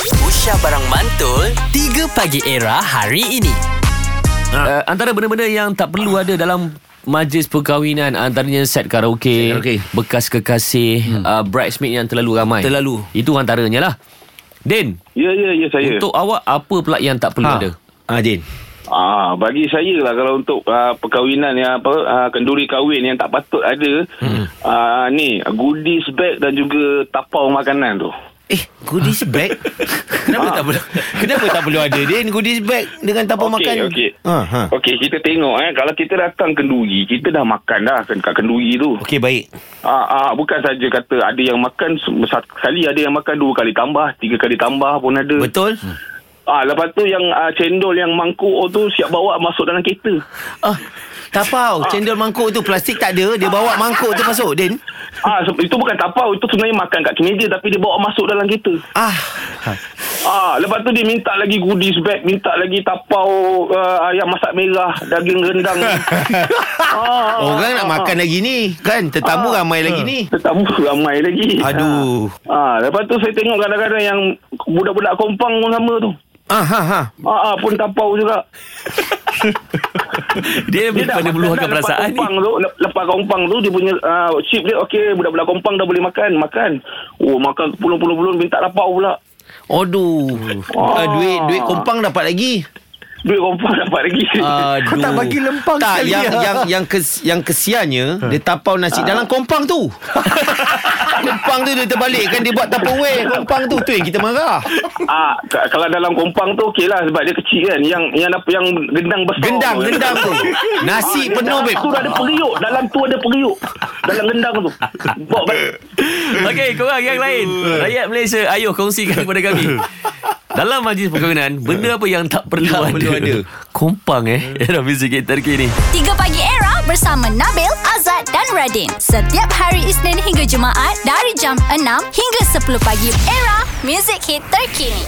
Aisyah Barang Mantul 3 Pagi Era hari ini Ah. Uh, antara benda-benda yang tak perlu ada dalam majlis perkahwinan antaranya set karaoke, Set karaoke. bekas kekasih, hmm. uh, bridesmaid yang terlalu ramai. Terlalu. Itu antaranya lah. Din, Ya, ya, ya saya. untuk awak apa pula yang tak perlu ha. ada? Ha, Din. Ah, bagi saya lah kalau untuk ah, perkahwinan yang apa ah, kenduri kahwin yang tak patut ada hmm. ah, ni goodies bag dan juga tapau makanan tu. Eh, goodies bag? Kenapa tak perlu? Kenapa tak perlu ada Din goodies bag dengan tanpa Okey, makan? okey. Ha, ha. Okey, kita tengok eh kalau kita datang kenduri, kita dah makan dah kan kat kat kenduri Oh. tu. Okey, baik. Ah, ah bukan saja kata ada yang makan se- satu kali, ada yang makan dua kali tambah, tiga kali tambah pun ada. Betul? Ah, lepas tu yang ah, cendol yang mangkuk tu siap bawa masuk dalam kereta. Ah, tapau. Cendol mangkuk tu plastik tak ada. Dia bawa mangkuk tu masuk, Din. Ah, se- itu bukan tapau, itu sebenarnya makan kat kemeja tapi dia bawa masuk dalam kereta. Ah. Ah, lepas tu dia minta lagi goodies bag, minta lagi tapau uh, ayam masak merah, daging rendang. ah, Orang nak makan lagi ni. Kan? Tetamu ramai lagi ni. Tetamu ramai lagi. Aduh. Ah, lepas tu saya tengok kadang-kadang yang budak-budak kompang pun sama tu. Ah, ha, ha. Ah, ah pun tapau juga. Dia, dia pada makan meluahkan lepas perasaan ni. kompang tu, lep- lepas kompang tu dia punya uh, chip dia okey budak-budak kompang dah boleh makan, makan. Oh, makan pulun-pulun minta tapau pula. Aduh. Ah, duit duit kompang dapat lagi. Duit kompang dapat lagi. Aduh. Kau tak bagi lempang tak, sekali Ha. yang, ah. yang, yang, kes, yang kesiannya Dia tapau nasi dalam kompang tu Kompang tu dia terbalik kan Dia buat tupperware kompang tu Tu yang kita marah Oh. Ah, ka- kalau dalam kompang tu okey lah sebab dia kecil kan. Yang yang apa yang gendang besar. Gendang, tu. gendang tu Nasi dia penuh dalam babe Tu ada periuk, dalam tu ada periuk. Dalam gendang tu. Bawa balik. Okey, korang yang lain. Hmm. Rakyat Malaysia, ayo kongsikan kepada kami. Dalam majlis perkahwinan, benda apa yang tak perlu ada? Tak perlu ada. Kompang eh. Era muzik terkini. 3 Pagi Era bersama Nabil, Azad dan Radin. Setiap hari Isnin hingga Jumaat dari jam 6 hingga 10 pagi. Era, music hit terkini.